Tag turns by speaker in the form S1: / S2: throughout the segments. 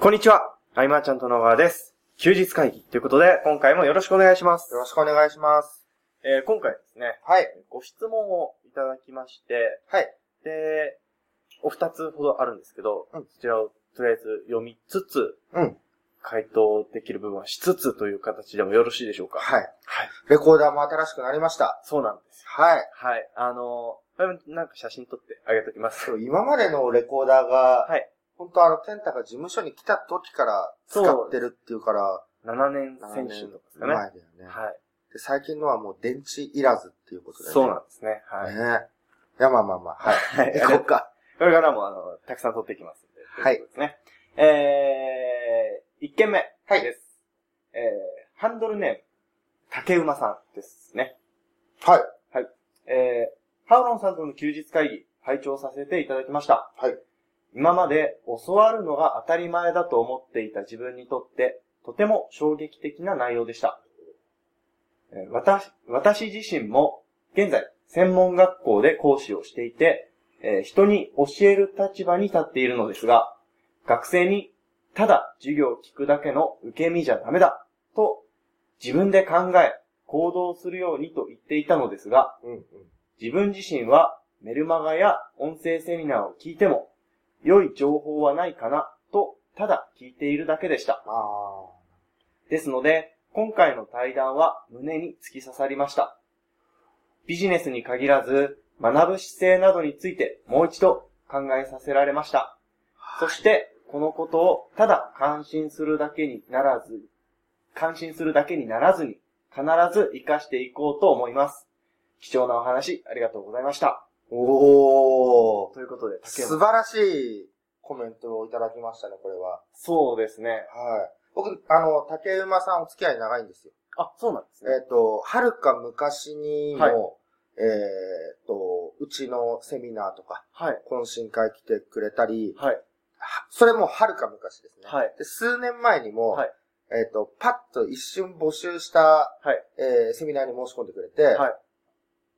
S1: こんにちは。アイマーちゃんと野川です。休日会議ということで、今回もよろしくお願いします。
S2: よろしくお願いします。
S1: えー今回ですね、
S2: はい。
S1: ご質問をいただきまして、
S2: はい。
S1: で、お二つほどあるんですけど、
S2: うん
S1: そちらをとりあえず読みつつ、
S2: うん。
S1: 回答できる部分はしつつという形でもよろしいでしょうか。
S2: はい。
S1: はい。
S2: レコーダーも新しくなりました。
S1: そうなんですよ。
S2: はい。
S1: はい。あのー、なんか写真撮ってあげときます。
S2: 今までのレコーダーが、
S1: はい。
S2: 本当あの、健太が事務所に来た時から使ってるっていうから、
S1: 7年選手とかですかね。
S2: 前だよね、
S1: はい。
S2: で。最近のはもう電池いらずっていうことで、ね。
S1: そうなんですね。はい。
S2: ね。いや、まあまあまあ、はい。
S1: はい
S2: 行こうか。
S1: これからも、あの、たくさん撮っていきますんで。
S2: はい
S1: とうことですね。えー、一件目です。
S2: は
S1: え
S2: い
S1: ー、ハンドルネーム、竹馬さんですね。
S2: はい。
S1: えー、ハウロンさんとの休日会議、拝聴させていただきました。
S2: はい。
S1: 今まで教わるのが当たり前だと思っていた自分にとって、とても衝撃的な内容でした。えー私、私自身も、現在、専門学校で講師をしていて、えー人に教える立場に立っているのですが、学生に、ただ授業を聞くだけの受け身じゃダメだ、と、自分で考え、行動するようにと言っていたのですが、
S2: うんうん。
S1: 自分自身はメルマガや音声セミナーを聞いても、良い情報はないかなと、ただ聞いているだけでした。
S2: ああ。
S1: ですので、今回の対談は胸に突き刺さりました。ビジネスに限らず、学ぶ姿勢などについてもう一度考えさせられました。そして、このことをただ感心するだけにならず、感心するだけにならずに、必ず活かしていこうと思います。貴重なお話、ありがとうございました。
S2: おー。
S1: ということで、竹
S2: 素
S1: 山。
S2: 晴らしいコメントをいただきましたね、これは。
S1: そうですね。
S2: はい。僕、あの、竹馬さんお付き合い長いんですよ。
S1: あ、そうなんですね。
S2: えっ、と、はるか昔にも、
S1: はい
S2: えっ、と、うちのセミナーとか、
S1: はい。
S2: 懇親会来てくれたり、
S1: はい。
S2: はそれもはるか昔ですね。
S1: はい
S2: で数年前にも、
S1: はい
S2: えっ、と、パッと一瞬募集した、
S1: はい
S2: えーセミナーに申し込んでくれて、
S1: はい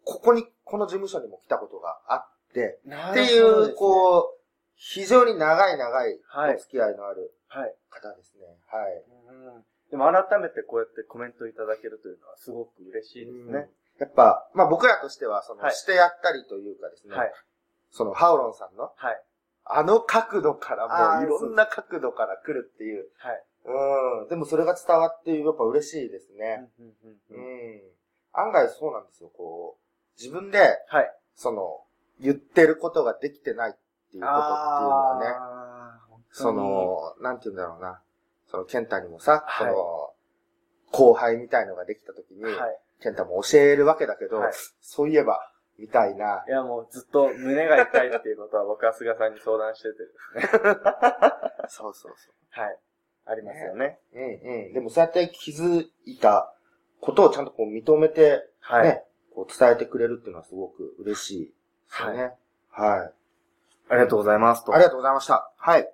S2: ここに、この事務所にも来たことがあって、
S1: な
S2: ってい
S1: るほど
S2: う、
S1: ですね
S2: こう、非常に長い長い
S1: はい
S2: お付き合いのある
S1: はい。
S2: 方ですね。はい。
S1: うんでも改めてこうやってコメントいただけるというのはすごく嬉しいですね。
S2: やっぱ、まあ僕らとしては、その、
S1: はい
S2: してやったりというかですね、
S1: はい。
S2: その、ハオロンさんの、
S1: はい。
S2: あの角度か
S1: あ
S2: ら、
S1: ー
S2: もういろんな角度から来るっていう。
S1: はい。
S2: うん。でもそれが伝わって、やっぱ嬉しいですね。
S1: うんうん
S2: う
S1: うんうん
S2: ん。案外そうなんですよ、こう、自分で、
S1: はい。
S2: その、言ってることができてないっていうことっていうのはね、
S1: あー
S2: そ、の、なんて言うんだろうな、その、ケンタにもさ、
S1: はい
S2: この、後輩みたいのができた時に、
S1: 本当にはい。
S2: ケンタも教えるわけだけど、
S1: はい
S2: そういえば、みたいな。
S1: いやもうずっと胸が痛いっていうことは僕は菅さんに相談してて。
S2: そうそうそ
S1: はい。ありますよね。
S2: う。うんうん。でもそうやって気づいたことをちゃんとこう認めて、
S1: はい。
S2: ね、こう伝えてくれるっていうのはすごく嬉しいですよね。はい。
S1: ありがとうございますと。
S2: ありがとうございました。はい。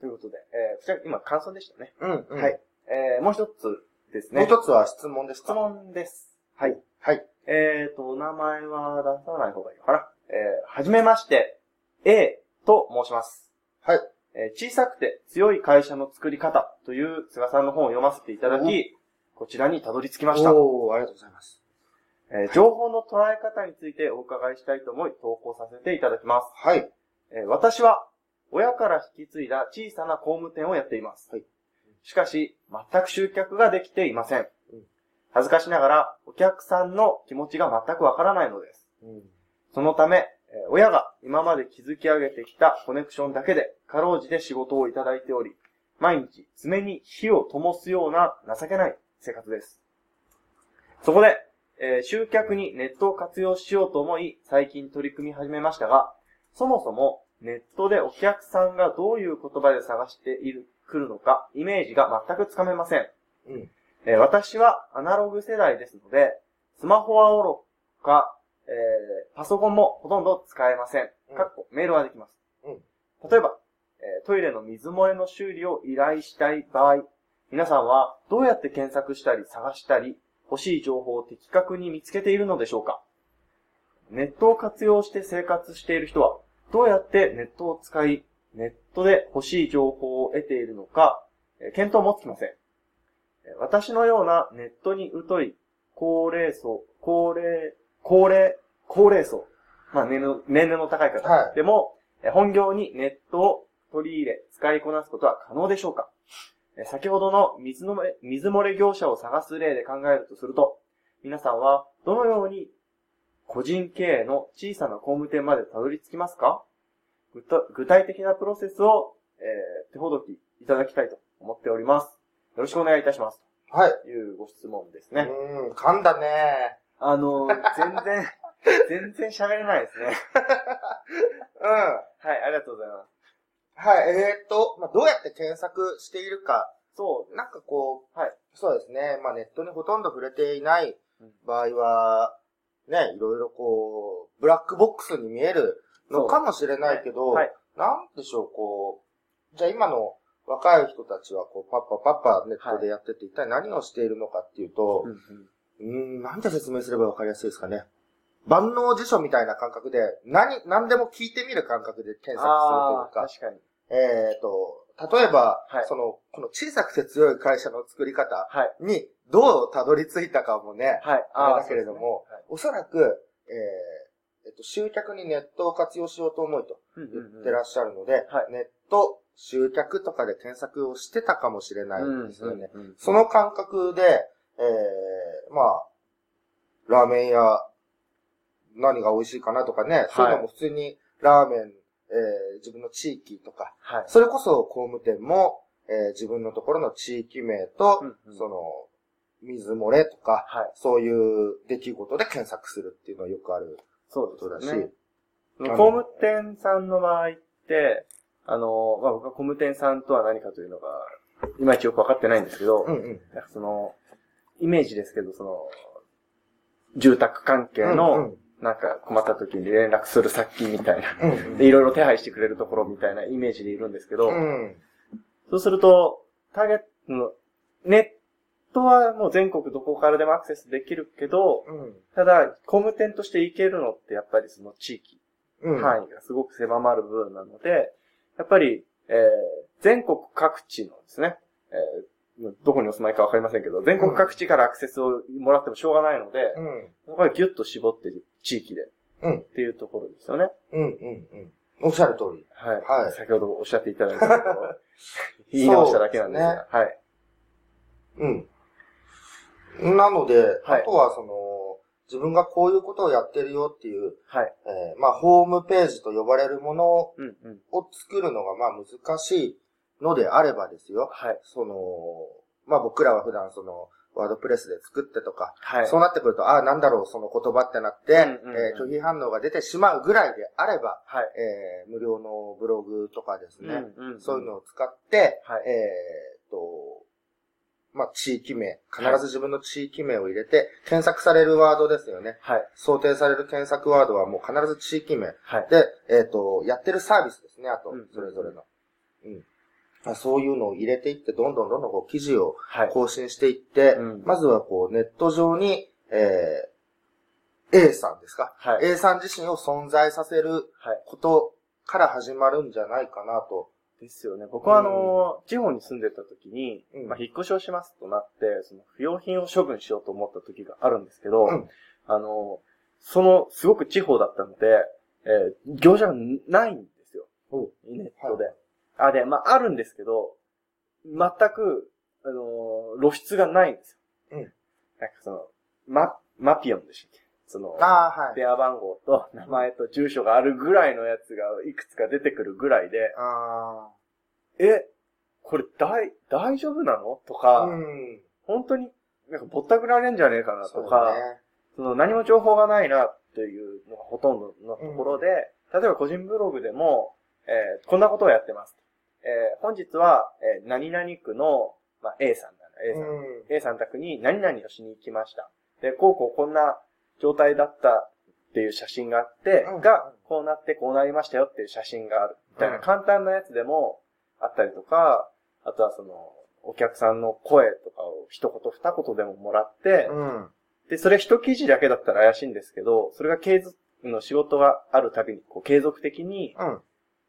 S1: ということで、えー、こちら今感想でしたね。
S2: うん、うん。
S1: はい。えー、もう一つです
S2: もう
S1: ね。
S2: 一つは質問です
S1: 質
S2: か
S1: 問です。はい。
S2: はい。
S1: えーと、お名前は出さない方がいいのかな。えー、はじめまして、A と申します。
S2: はい。
S1: えー小さくて強い会社の作り方という菅さんの本を読ませていただき、こちらにたどり着きました。
S2: おー、ありがとうございます。
S1: えー情報の捉え方についてお伺いしたいと思い投稿させていただきます。
S2: はい。
S1: えー私は親から引き継いだ小さな工務店をやっています。
S2: はい
S1: しかし、全く集客ができていません
S2: うん。
S1: 恥ずかしながらお客さんの気持ちが全くわからないのです。
S2: うん。
S1: そのため、えー親が今まで築き上げてきたコネクションだけで、かろうじて仕事をいただいており、毎日爪に火を灯すような情けない生活です。そこで、えー集客にネットを活用しようと思い、最近取り組み始めましたが、そもそもネットでお客さんがどういう言葉で探している、くるのか、イメージが全くつかめません。
S2: うん。
S1: えー私はアナログ世代ですので、スマホはおろか、えーパソコンもほとんど使えません
S2: う。ん
S1: かっこメールはできます。
S2: うん
S1: 例えば、えートイレの水漏れの修理を依頼したい場合、皆さんはどうやって検索したり探したり、欲しい情報を的確に見つけているのでしょうかネットを活用して生活している人は、どうやってネットを使い、ネットで欲しい情報を得ているのか、えー検討もつきません。えー私のようなネットに疎い高齢層、高齢、高齢、高齢層、まあ年齢の年齢の高い方
S2: はい
S1: でも、えー本業にネットを取り入れ、使いこなすことは可能でしょうかえー先ほどの水のれ水漏れ業者を探す例で考えるとすると、皆さんはどのように個人経営の小さな工務店までたどり着きますか具体具体的なプロセスを、えー手ほどきいただきたいと思っております。よろしくお願いいたします。
S2: はい。
S1: というご質問です
S2: う
S1: ね。
S2: ーん、噛んだね。
S1: あのー、全然、 全然喋れないですね。
S2: うん。は
S1: はい、ありがとうございます。
S2: い、えーっと、まあ、どうやって検索しているか。
S1: そう
S2: なんかこう、
S1: はい
S2: そうですね。まあ、ネットにほとんど触れていない
S1: うん
S2: 場合は、ね、いろいろこう、ブラックボックスに見えるのかもしれないけど、
S1: はい。
S2: なんでしょう、こう、じゃあ今の若い人たちは、こう、パッパパッパネットでやってて、一体何をしているのかっていうと、
S1: うんうん
S2: うーん、なんて説明すればわかりやすいですかね。万能辞書みたいな感覚で、何、何でも聞いてみる感覚で検索する
S1: ああ、
S2: というか、
S1: 確かに。
S2: えっ、と、例えば、
S1: はい
S2: その、この小さくて強い会社の作り方
S1: はい。
S2: に、どうたどり着いたかもね、
S1: はい。
S2: あ
S1: ー
S2: れだけれども、おそらく、えーえっと、集客にネットを活用しようと思いと
S1: そうですね
S2: 言
S1: はいうんうんうん
S2: ってらっしゃるので、
S1: はい
S2: ネット、集客とかで検索をしてたかもしれないんですよね。
S1: うんうんうん
S2: その感覚で、ええまあ、ラーメン屋、何が美味しいかなとかね、そういうのも普通にラーメン、ええ自分の地域とか、
S1: はい。
S2: それこそ工務店も、ええ自分のところの地域名と、
S1: うんうん
S2: その、水漏れとか、
S1: はい。
S2: そういう出来事で検索するっていうのはよくある
S1: そ
S2: ことだ
S1: うで
S2: し、
S1: すね。工
S2: あ
S1: 務
S2: の
S1: 店さんの場合って、あの、まあ、僕は工務店さんとは何かというのが、いまいちよくわかってないんですけど、
S2: うんうん。
S1: なんかその、イメージですけど、その、住宅関係
S2: う
S1: の、
S2: ん
S1: なんか困った時に連絡する先みたいな、
S2: うん、うん
S1: で、いろいろ手配してくれるところみたいなイメージでいるんですけど、
S2: うん。
S1: そうすると、ターゲットの、ネットはもう全国どこからでもアクセスできるけど、
S2: うん。
S1: ただ、工務店として行けるのってやっぱりその地域
S2: うん。い。
S1: 範囲がすごく狭まる部分なので、やっぱり、えー全国各地のですね、えーどこにお住まいかわかりませんけど、全国各地からアクセスをもらってもしょうがないので、
S2: うん。
S1: そこはギュッと絞って地域で、
S2: うん
S1: っていうところですよね。
S2: うん。うん。うん。おっしゃる通り。
S1: はい。
S2: はい
S1: 先ほどおっしゃっていただいたとこ ろ、言い直しただけなんですが、
S2: そうで
S1: はい。
S2: うん。なので、
S1: はい
S2: あとはその、自分がこういうことをやってるよっていう、
S1: はい。
S2: えーまあ、ホームページと呼ばれるものを
S1: うんうん。
S2: 作るのが、まあ、難しいのであればですよ。
S1: はい。
S2: その、まあ、僕らは普段その、ワードプレスで作ってとか、
S1: はい。
S2: そうなってくると、ああ、なんだろう、その言葉ってなって、
S1: うんうんうん
S2: えー拒否反応が出てしまうぐらいであれば、
S1: はい。
S2: えー無料のブログとかですね、
S1: うんうん
S2: そういうのを使って、
S1: はい
S2: えーっと、まあ、地域名、必ず自分の地域名を入れて、検索されるワードですよね。
S1: はい。
S2: 想定される検索ワードはもう必ず地域名。
S1: はい。
S2: で、えーっと、やってるサービスですね、あと
S1: うんうん、
S2: それぞれの。うんまあそういうのを入れていって、どんどんどんどんこう記事を
S1: はい。
S2: 更新していって、
S1: うん
S2: まずはこうネット上に、えー、A さんですか、
S1: はい。
S2: ?A さん自身を存在させる
S1: はい。
S2: ことから始まるんじゃないかなと。
S1: ですよね。僕はあの、地方に住んでた時に、
S2: うん
S1: まあ、引っ越しをしますとなって、その不用品を処分しようと思った時があるんですけど、
S2: うん
S1: あの、その、すごく地方だったので、えー業者がないんですよ。ネットで。あ、で、まあ、あるんですけど、全く、あのー露出がないんですよ。
S2: うん
S1: なんかその、マ、マピオンでしたっけその、
S2: ああ、はい。
S1: 電話番号と名前と住所があるぐらいのやつがいくつか出てくるぐらいで、
S2: あ
S1: え、これ大、大丈夫なのと
S2: あ。
S1: か、
S2: うん。
S1: 本当になんかぼったくられんじゃねえかな
S2: そ
S1: と
S2: う
S1: か、そ,、
S2: ね。
S1: の何も情報がないなっていうのがほとんどのところで、例えば個人ブログでも、えーこんなことをやってます。えー本日は、えー何々区の、まあ、A さんだな、A さん。A さん宅に何々をしに行きました。で、こうこうこんな状態だったっていう写真があって、
S2: うん
S1: が、こうなってこうなりましたよっていう写真がある。みたいな
S2: うん
S1: 簡単なやつでもあったりとか、あとはその、お客さんの声とかを一言二言でももらって、
S2: うん。うん。
S1: で、それ一記事だけだったら怪しいんですけど、それが継続の仕事があるたびに、こう継続的に
S2: うん。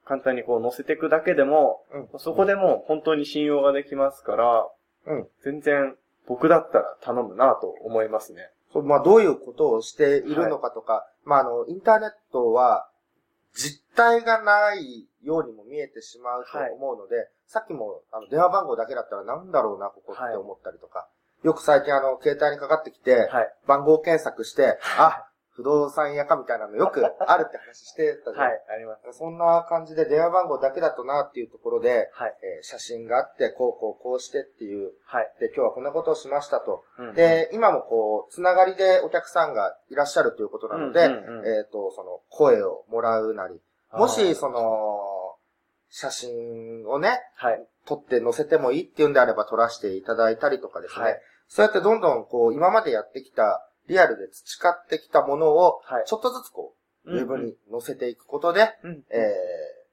S1: 簡単にこう載せていくだけでも、
S2: うん。
S1: そこでもう本当に信用ができますから、
S2: うん
S1: 全然僕だったら頼むなと思いますね。
S2: そうまあ、どういうことをしているのかとか、まあ、あの、インターネットは、実体がないようにも見えてしまうと
S1: はい
S2: 思うので、さっきも、あの、電話番号だけだったらなんだろうな、ここっ
S1: はい
S2: て思ったりとか、よく最近あの、携帯にかかってきて、
S1: はい。
S2: 番号検索して、あ、不動産屋かみたいなのよくあるって話してたじゃん。
S1: はい、あります。
S2: そんな感じで電話番号だけだとなっていうところで、
S1: はい。
S2: えー写真があって、こうこうこうしてっていう、
S1: はい。
S2: で、今日はこんなことをしましたと。
S1: うん、
S2: で、今もこう、つながりでお客さんがいらっしゃるということなので、
S1: うんうんうん
S2: えっ、と、その、声をもらうなり、もし、その、写真をね、
S1: あーはい。
S2: 撮って載せてもいいっていうんであれば撮らせていただいたりとかですね。
S1: はい
S2: そうやってどんどんこう、今までやってきた、リアルで培ってきたものを
S1: はい、
S2: ちょっとずつこう、ウェブ
S1: うん
S2: に載せていくことで、
S1: うん、うん
S2: えー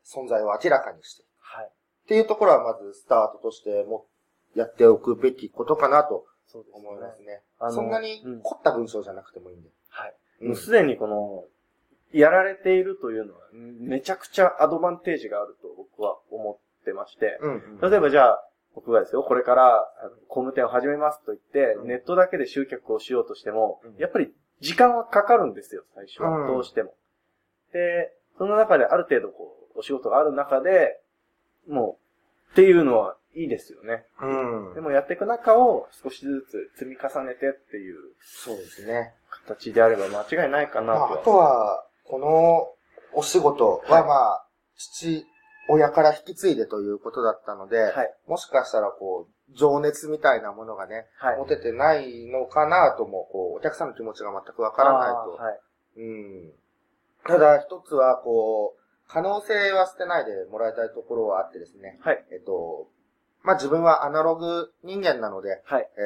S2: 存在を明らかにしていく。
S1: はい。
S2: っていうところはまずスタートとしても、やっておくべきことかなと
S1: そうですね。
S2: 思いますね。
S1: あの
S2: そんなに
S1: うん
S2: 凝った文章じゃなくてもいいんで。
S1: はい。
S2: うん
S1: もうすでにこの、やられているというのは、めちゃくちゃアドバンテージがあると僕は思ってまして、
S2: うんうん。
S1: 例えばじゃあ、僕がですよ、これから、あの工務店を始めますと言って、
S2: うん
S1: ネットだけで集客をしようとしても、
S2: うん
S1: やっぱり時間はかかるんですよ、最初
S2: う
S1: は。
S2: ん
S1: どうしても。で、その中である程度こう、お仕事がある中で、もう、っていうのはいいですよね。
S2: うん
S1: で。もやっていく中を少しずつ積み重ねてっていう
S2: そうですね。
S1: 形であれば間違いないかな
S2: ま
S1: と
S2: あ、
S1: は
S2: あとは、このお仕事
S1: はい
S2: はまあ、父親から引き継いでということだったので、
S1: はい。
S2: もしかしたらこう、情熱みたいなものがね、
S1: はい。
S2: 持ててないのかなとも、こう、お客さんの気持ちが全くわからないと。
S1: あーはい。
S2: うん。ただ、一つは、こう、可能性は捨てないでもらいたいところはあってですね、
S1: はい。
S2: えっと、まあ自分はアナログ人間なので、
S1: はい。
S2: え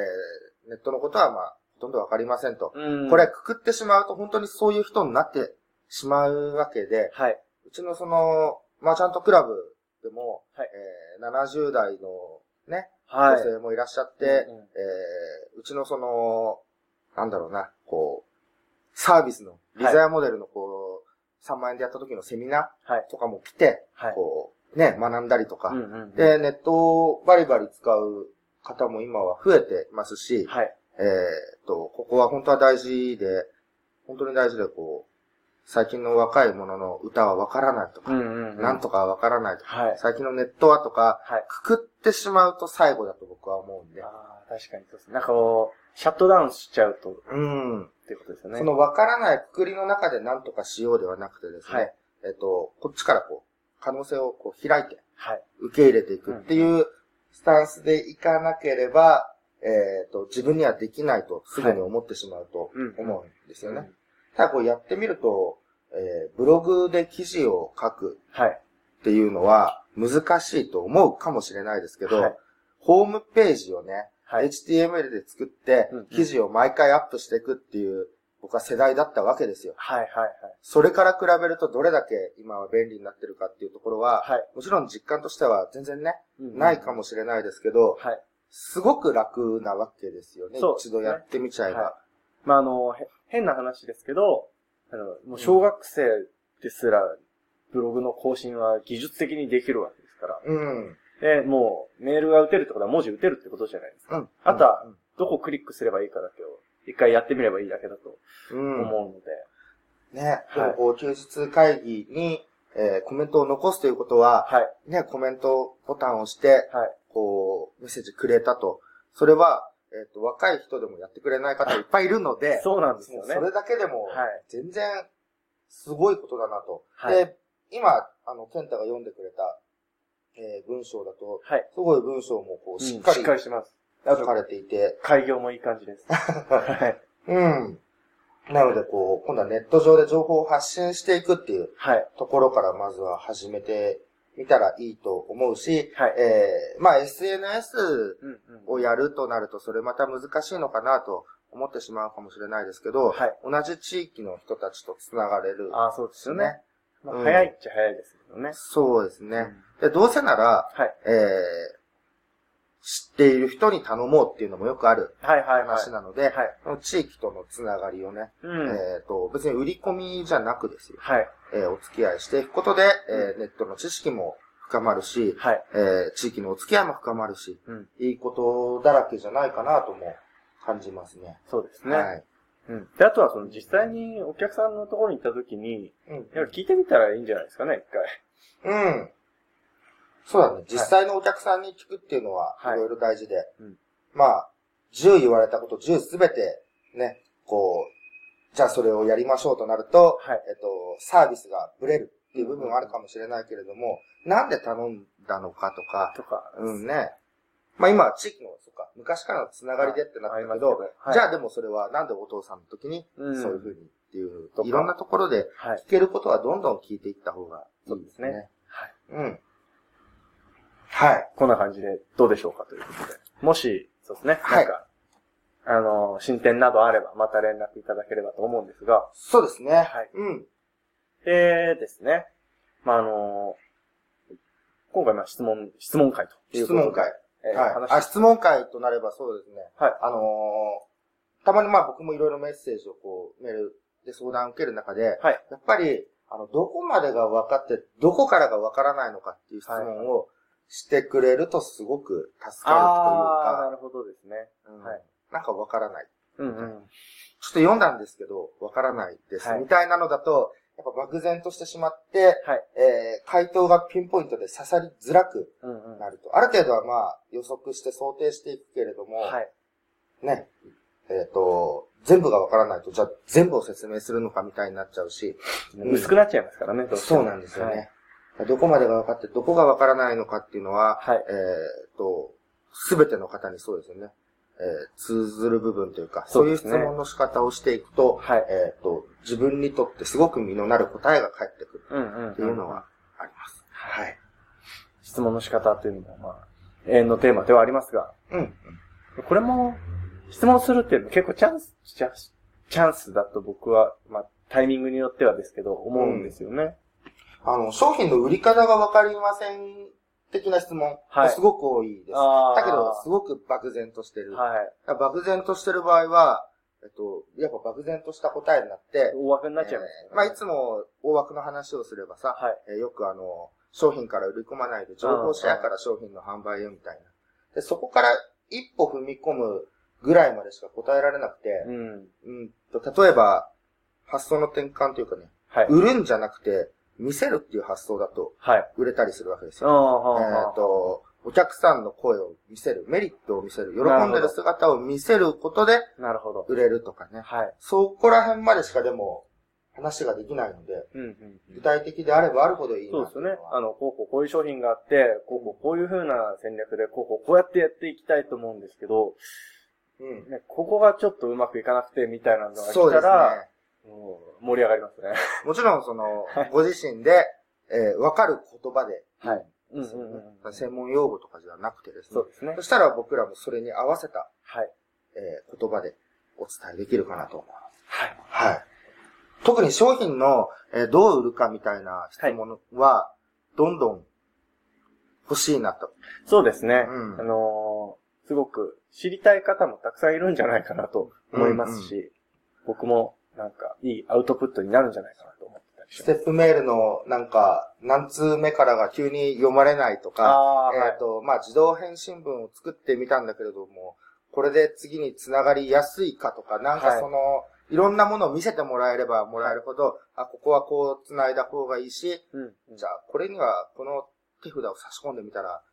S2: ーネットのことはまあ、ほとんどわかりませんと。
S1: うん
S2: これ、くくってしまうと本当にそういう人になってしまうわけで、
S1: はい。
S2: うちのその、マーチャントクラブでも、
S1: はい
S2: えー70代のね、
S1: はい。
S2: 女性もいらっしゃって、
S1: うんうん
S2: えーうちのその、なんだろうな、こう、サービスの、リザヤモデルのこう、3万円でやった時のセミナ
S1: はい。
S2: ーとかも来て、
S1: はい。
S2: こう、ね、学んだりとか、
S1: うんうんうん、
S2: で、ネットをバリバリ使う方も今は増えてますし、
S1: はい。
S2: えーっと、ここは本当は大事で、本当に大事で、こう、最近の若い者の歌はわからないとか、
S1: ん
S2: なん
S1: と。
S2: とかはわからないとか、
S1: はい。
S2: 最近のネットはとか、
S1: はい。
S2: くくってしまうと最後だと僕は思うんで。
S1: ああ、確かにそうですね。なんかこう、シャットダウンしちゃうと、っ
S2: うん。
S1: ていうことですよね。
S2: そのわからないくくりの中で何とかしようではなくてですね、
S1: はい
S2: えーっと、こっちからこう、可能性をこう開いて、
S1: はい。
S2: 受け入れていくっていうスタンスでいかなければ、えーっと、自分にはできないとすぐに思ってしまうと思うんですよね。ただこうやってみると、えーブログで記事を書く
S1: はい。
S2: っていうのは難しいと思うかもしれないですけど、
S1: はい
S2: ホームページをね、
S1: はい。
S2: HTML で作って
S1: うんうん、
S2: 記事を毎回アップしていくっていう、僕は世代だったわけですよ。
S1: はい。はい。
S2: それから比べるとどれだけ今は便利になってるかっていうところは、
S1: はい。
S2: もちろん実感としては全然ね、
S1: はい。
S2: ないか
S1: も。
S2: もしれないですけど、
S1: はい。
S2: すごく楽なわけですよね。
S1: そう
S2: 一度やってみちゃえば。
S1: はまあ、あの、へ変な話ですけど、あの、もう小学生ですら、ブログの更新は技術的にできるわけですから。
S2: うん。
S1: で、もう、メールが打てるってことは文字打てるってことじゃないですか。
S2: うん。
S1: あとは
S2: うん
S1: どこクリックすればいいかだけを、一回やってみればいいだけだと
S2: うん。
S1: 思うので。
S2: ね、
S1: い
S2: でもこう休日会議に、えーコメントを残すということは、
S1: はい。
S2: ね、コメントボタンを押して、
S1: はい。
S2: こう、メッセージくれたと。それは、えっ、と、若い人でもやってくれない方いっぱいいるので、
S1: そうなんです
S2: も
S1: よ
S2: う
S1: ね。
S2: それだけでも
S1: はい、
S2: 全然、すごいことだなと。
S1: はい
S2: で、今、あの、健太が読んでくれた、えー文章だと、
S1: はい。
S2: すごい文章もこう、しっか
S1: うんし
S2: り
S1: っかりしてます。
S2: 書かれていて、
S1: 開業もいい感じです。はい。
S2: うん。なので、こう、今度はネット上で情報を発信していくっていう、
S1: はい。
S2: ところからまずは始めてみたらいいと思うし、
S1: はい
S2: えーまあ SNS
S1: うんうん。
S2: をやるとなるとそれまた難しいのかなと思ってしまうかもしれないですけど、
S1: はい
S2: 同じ地域の人たちとつながれる。
S1: ああ、そうですよね。まあ
S2: うん
S1: 早いっちゃ早いですけどね。
S2: そうですね。
S1: うん
S2: で、どうせなら、
S1: はい。
S2: えー知っている人に頼もうっていうのもよくある
S1: はいはいはい。
S2: 話なので、
S1: はい
S2: この地域とのつながりをね、
S1: うん。
S2: えっ、と、別に売り込みじゃなくですよ、
S1: はい。
S2: えーお付き合いしていくことで、えーネットの知識も深まるし、
S1: はい。
S2: えー地域のお付き合いも深まるし、
S1: うん。
S2: いいことだらけじゃないかなとも感じますね。
S1: そうですね。
S2: はい。
S1: うん。で、あとはその実際にお客さんのところに行った時に、
S2: うん。
S1: やっぱ聞いてみたらいいんじゃないですかね、一回。
S2: うん。そうだね。実際のお客さんに聞くっていうのは、
S1: はい
S2: いろいろ大事で。
S1: うん
S2: まあ、10言われたこと10すべて、ね、こう、じゃあそれをやりましょうとなると、
S1: はい
S2: えっと、サービスがブレるっていう部分はあるかもしれないけれども、なんで頼んだのかとか、
S1: とか。
S2: うんね。まあ今、地域の、そっか、昔からのつながりでってなったけど、
S1: はいはい
S2: じゃあでもそれはなんでお父さんの時に、そううんいうふうにっていう
S1: と、か
S2: いろんなところで
S1: はい。
S2: 聞けることはどんどん聞いていった方がいいですね。
S1: そうですはい。
S2: うん。はい。
S1: こんな感じでどうでしょうかということで。もし、そうですね。
S2: はい
S1: なんか、あの、進展などあれば、また連絡いただければと思うんですが、
S2: そうですね。
S1: はい
S2: うん。
S1: でですね。まあ、あの、今回、まあ、質問、質問会という
S2: 質
S1: ことで。
S2: 問会。
S1: えー。
S2: はい。
S1: 話
S2: あ、質問会となればそうですね。
S1: はい
S2: あのーたまにまあ僕もいろいろメッセージをこう、メールで相談を受ける中で、
S1: はい。
S2: やっぱり、あの、どこまでが分かって、どこからが分からないのかっていう質問をしてくれるとすごく助かると
S1: あー、なるほどですね。
S2: いうか、うん
S1: はい
S2: なんか分からない。
S1: うんうん。
S2: ちょっと読んだんですけど、分からないです。
S1: はい
S2: みたいなのだと、やっぱ漠然としてしまって、
S1: はい。
S2: えー回答がピンポイントで刺さりづらく
S1: うんうん。は
S2: なると。ある程度はまあ予測して想定していくけれども、
S1: い。
S2: ね。えっ、と、全部がわからないと、じゃあ全部を説明するのかみたいになっちゃうし、うん
S1: 薄くなっちゃいますからね、どして
S2: そ
S1: も
S2: うなんですよね。。どこまでが分かって、どこが分からないのかっていうのは、
S1: はい
S2: えっ、と、すべての方にそうですよね。えー通ずる部分というか、
S1: そ
S2: そううい
S1: で
S2: う
S1: すね
S2: 質問の仕方をしていくと、
S1: はい
S2: えっ、と、自分にとってすごく身のなる答えが返ってくる
S1: うんうん。っ
S2: っていうのは。あります。はい。
S1: 質問の仕方というのも、まあ、永遠のテーマではありますが、
S2: うん。
S1: これも、質問するっていうのも結構チャンス、チャンス、チャンスだと僕は、まあ、タイミングによってはですけど、思うんですよね。
S2: あの、商品の売り方がわかりません的な質問
S1: は
S2: が
S1: い
S2: すごく多いです。
S1: あー
S2: だけど、すごく漠然としてる。
S1: はい。
S2: だから漠然としてる場合は、えっと、やっぱ漠然とした答えになって、
S1: 大枠になっちゃいますよね、
S2: えーまあ、いつも大枠の話をすればさ、
S1: はい
S2: えーよくあの、商品から売り込まないで、情報シェアから商品の販売へみたいな。で、そこから一歩踏み込むぐらいまでしか答えられなくて、
S1: うん。
S2: うんと例えば、発想の転換というかね、
S1: はい。
S2: 売るんじゃなくて、見せるっていう発想だと
S1: はい。
S2: 売れたりするわけです
S1: あ
S2: よ。え
S1: あ、
S2: っ、と、お客さんの声を見せる、メリットを見せる、喜
S1: なるほ
S2: んで
S1: ど
S2: る姿を見せることで
S1: なるほど。
S2: 売れるとかね。
S1: はい。
S2: そこら辺までしかでも話ができないので、
S1: うんうん。
S2: 具体的であればあるほどいい
S1: そうで
S2: なって
S1: すよ
S2: いうの
S1: ね
S2: は。
S1: あの、こうこうこういう商品があって、こうこうこういう風な戦略で、こうこうこうやってやっていきたいと思うんですけど、
S2: うん。
S1: ね、ここがちょっとうまくいかなくて、みたいなのが来
S2: そうで
S1: た
S2: すね。
S1: ら、もう盛り上がりますね。
S2: もちろんその
S1: はい、
S2: ご自身で、えーわかる言葉で、
S1: はい。うん
S2: です
S1: う
S2: よ
S1: ん
S2: ね
S1: うんうん。
S2: 専門用語とかじゃなくてですね
S1: そう。ですね
S2: そ。したら僕らもそれに合わせた、
S1: はい。
S2: えー言葉でお伝えできるかなと思います
S1: はい。
S2: はい。特に商品の、えーどう売るかみたいな質問は、どんどん欲しいなと。
S1: そうですね。
S2: うん
S1: あのーすごく知りたい方もたくさんいるんじゃないかなと思いますし、僕もなんかいいアウトプットになるんじゃないかなと思ってたりし
S2: ス
S1: ます。
S2: テップメールのなんか、何通目からが急に読まれないとか、
S1: あーは
S2: えっ、
S1: い。
S2: と、まあ、自動返信文を作ってみたんだけれども、これで次につながりやすいかとか、なん
S1: は
S2: か
S1: い
S2: その、い、ろんなものを見せてもらえればもらえるほど、あ、ここはこうつないだ方がいいし、
S1: うんうん。
S2: じゃあこれにはこの手札を差し込んでみたら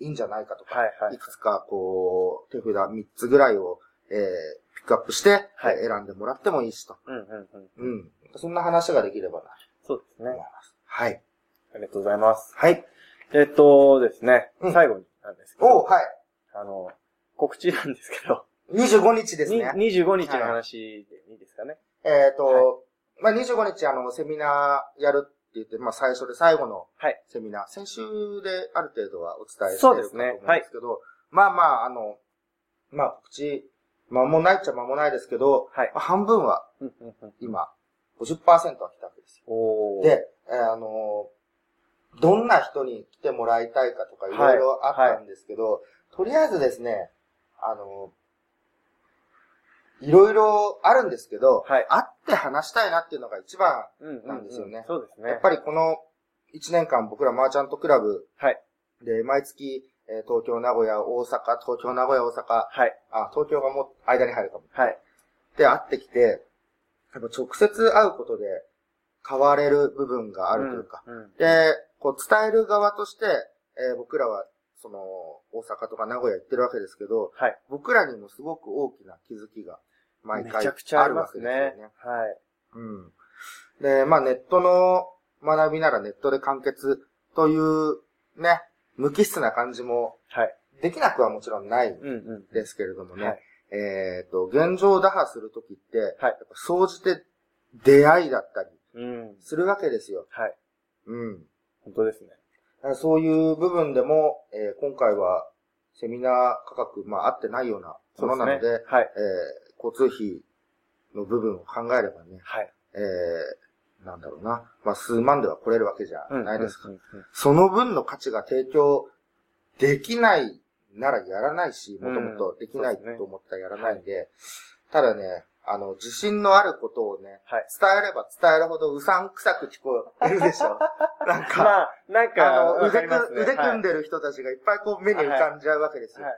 S2: いいんじゃないかとか、
S1: はいはい
S2: いくつかこう、手札3つぐらいを、えー、ピックアップして、
S1: はい
S2: えー選んでもらってもいいしと。
S1: うんうんうん。
S2: うん。そんな話ができればな、
S1: そうですね
S2: と思い。ます。はい。
S1: ありがとうございます。
S2: はい。
S1: えっとですね、
S2: うん
S1: 最後になんですけ
S2: お
S1: ど、
S2: うはい。
S1: あの、告知なんですけど、
S2: 25日ですね。
S1: に25日の話でいいですかね。
S2: えっ、と、
S1: は
S2: まあ、25日あの、セミナーやるって言って、まあ、最初で最後の
S1: はい
S2: セミナー、先週である程度はお伝えして
S1: そうで
S2: るかと
S1: す
S2: 思う
S1: ね
S2: んですけど、まあまあ、あの、まあ、告知、間もないっちゃ間もないですけど、
S1: はい
S2: まあ半分は
S1: うんうんうん
S2: 今、50%は来たわけですよ。
S1: おー。
S2: で、えーあのーどんな人に来てもらいたいかとかい
S1: はい
S2: ろいろあったんですけど、とりあえずですね、あの、いろいろあるんですけど、
S1: はい
S2: 会って話したいなっていうのが一番、
S1: うんうんうん
S2: なんですよね
S1: そうですね。
S2: やっぱりこの1年間僕らマーチャントクラブ
S1: はい
S2: で毎月、えー東京、名古屋、大阪、東京、名古屋、大阪、
S1: はい。
S2: あ、東京がもう間に入るかも。
S1: はい。
S2: で、会ってきて、やっぱ直接会うことで変われる部分があるというか、
S1: うん。うん
S2: で、こう伝える側として、えー僕らは、その、大阪とか名古屋行ってるわけですけど、
S1: はい。
S2: 僕らにもすごく大きな気づきが毎回
S1: めちゃくちゃあり
S2: ある
S1: ま
S2: わ
S1: す
S2: けで
S1: ね。
S2: すよ
S1: はい
S2: ね。。うん。で、まあネットの学びならネットで完結というね、無機質な感じも
S1: はい。
S2: できなくはもちろんないん
S1: うんうん。
S2: ですけれどもね、
S1: はい
S2: えっ、と、現状を打破するときって、
S1: はい
S2: やっぱ総じて出会いだったり
S1: うん。
S2: するわけですよ。
S1: はい。
S2: うん。
S1: 本当ですね。
S2: そういう部分でも、えー今回はセミナー価格、まあ合ってないようなものなので、
S1: そうすねはい。
S2: えー交通費の部分を考えればね、
S1: はい。
S2: えーなんだろうな、まあ数万では来れるわけじゃないですか。
S1: うんうんうん
S2: その分の価値が提供できないならやらないし、もともとできない
S1: そうですね
S2: と思ったらやらないんで、ただね、あの、自信のあることをね、
S1: はい。
S2: 伝えれば伝えるほどうさんくさく聞こえるで しょなんか、
S1: まあ、なんか、
S2: あの、
S1: わか
S2: 腕
S1: り
S2: く
S1: ますね
S2: ん、腕組ん
S1: で。
S2: でる人たちがいっぱいこう目に浮かんじゃうわけですよ。
S1: は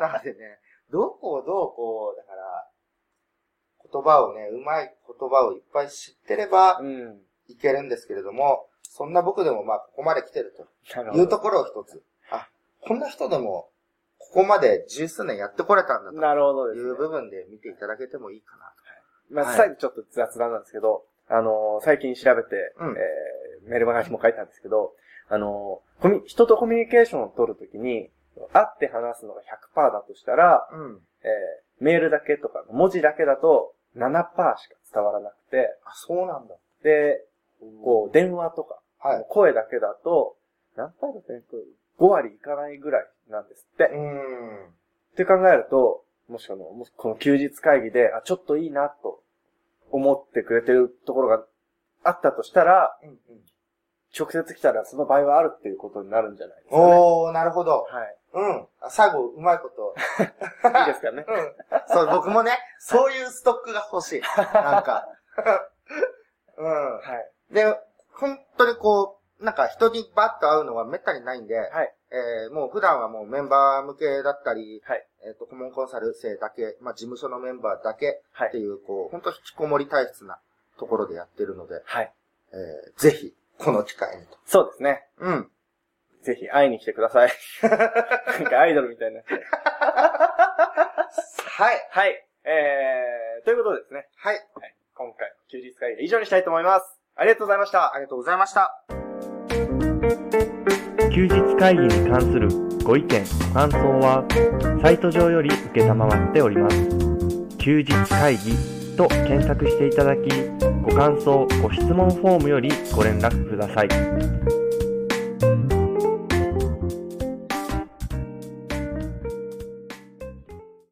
S2: なのでね、どこをどうこう、だから、言葉をね、うまい言葉をいっぱい知ってれば
S1: いうん。
S2: いけるんですけれども、そんな僕でもまあここまで来てる
S1: なる
S2: と
S1: ほ
S2: い
S1: ど
S2: うところを一つ、あ、こんな人でもここまで十数年やってこれたんだ
S1: なるほど
S2: と
S1: で
S2: い
S1: す
S2: う
S1: ね。
S2: 部分で見ていただけてもいいかな
S1: ま
S2: は
S1: あ、
S2: い
S1: 最後ちょっと雑談なんですけど、あのー最近調べて、
S2: うん
S1: えーメルマガにも書いたんですけど、あのーコミ人とコミュニケーションを取るときに、会って話すのが100%だとしたら、
S2: と。うん。
S1: えーメールだけとか、文字だけだと7%しか伝わらなくて、
S2: あ、そうなんだ。
S1: で、こう、電話とか、
S2: はい。
S1: 声だけだと、何パーセント ?5 割いかないぐらいなんですって。
S2: う
S1: っ
S2: ん。
S1: て考えると、もしこの、もしこの休日会議で、あ、ちょっといいなと思ってくれてるところがあったとしたら、
S2: うんうん。
S1: 直接来たらその場合はあるっていうことになるんじゃないですか、ね。は
S2: おー、なるほど。うん。あ最後、うまいこと。
S1: い。いいです かね。
S2: うん。そう、僕もね、そういうストックが欲しい。なんか。う
S1: はい。
S2: ん。で、本当にこう、なんか人にバッと会うのはめったにないんで、
S1: はい。
S2: えーもう普段はもうメンバー向けだったり、
S1: はい。
S2: えっ、と、顧問コンサル生だけ、まあ事務所のメンバーだけ
S1: は
S2: って
S1: い。
S2: いう、こう、本当引きこもり体質なところでやってるので、
S1: はい。
S2: えーぜひ、この機会にと。
S1: そうですね。
S2: うん。
S1: ぜひ会いに来てください。 なんかアイドルみたいになって。
S2: はい。
S1: はい。えー、ということでですね。
S2: はい。
S1: 今回の休日会議は以上にしたいと思います。ありがとうございました。
S2: ありがとうございました。
S3: 休日会議に関するご意見ご感想はサイト上より承っております休日会議と検索していただきご感想ご質問フォームよりご連絡ください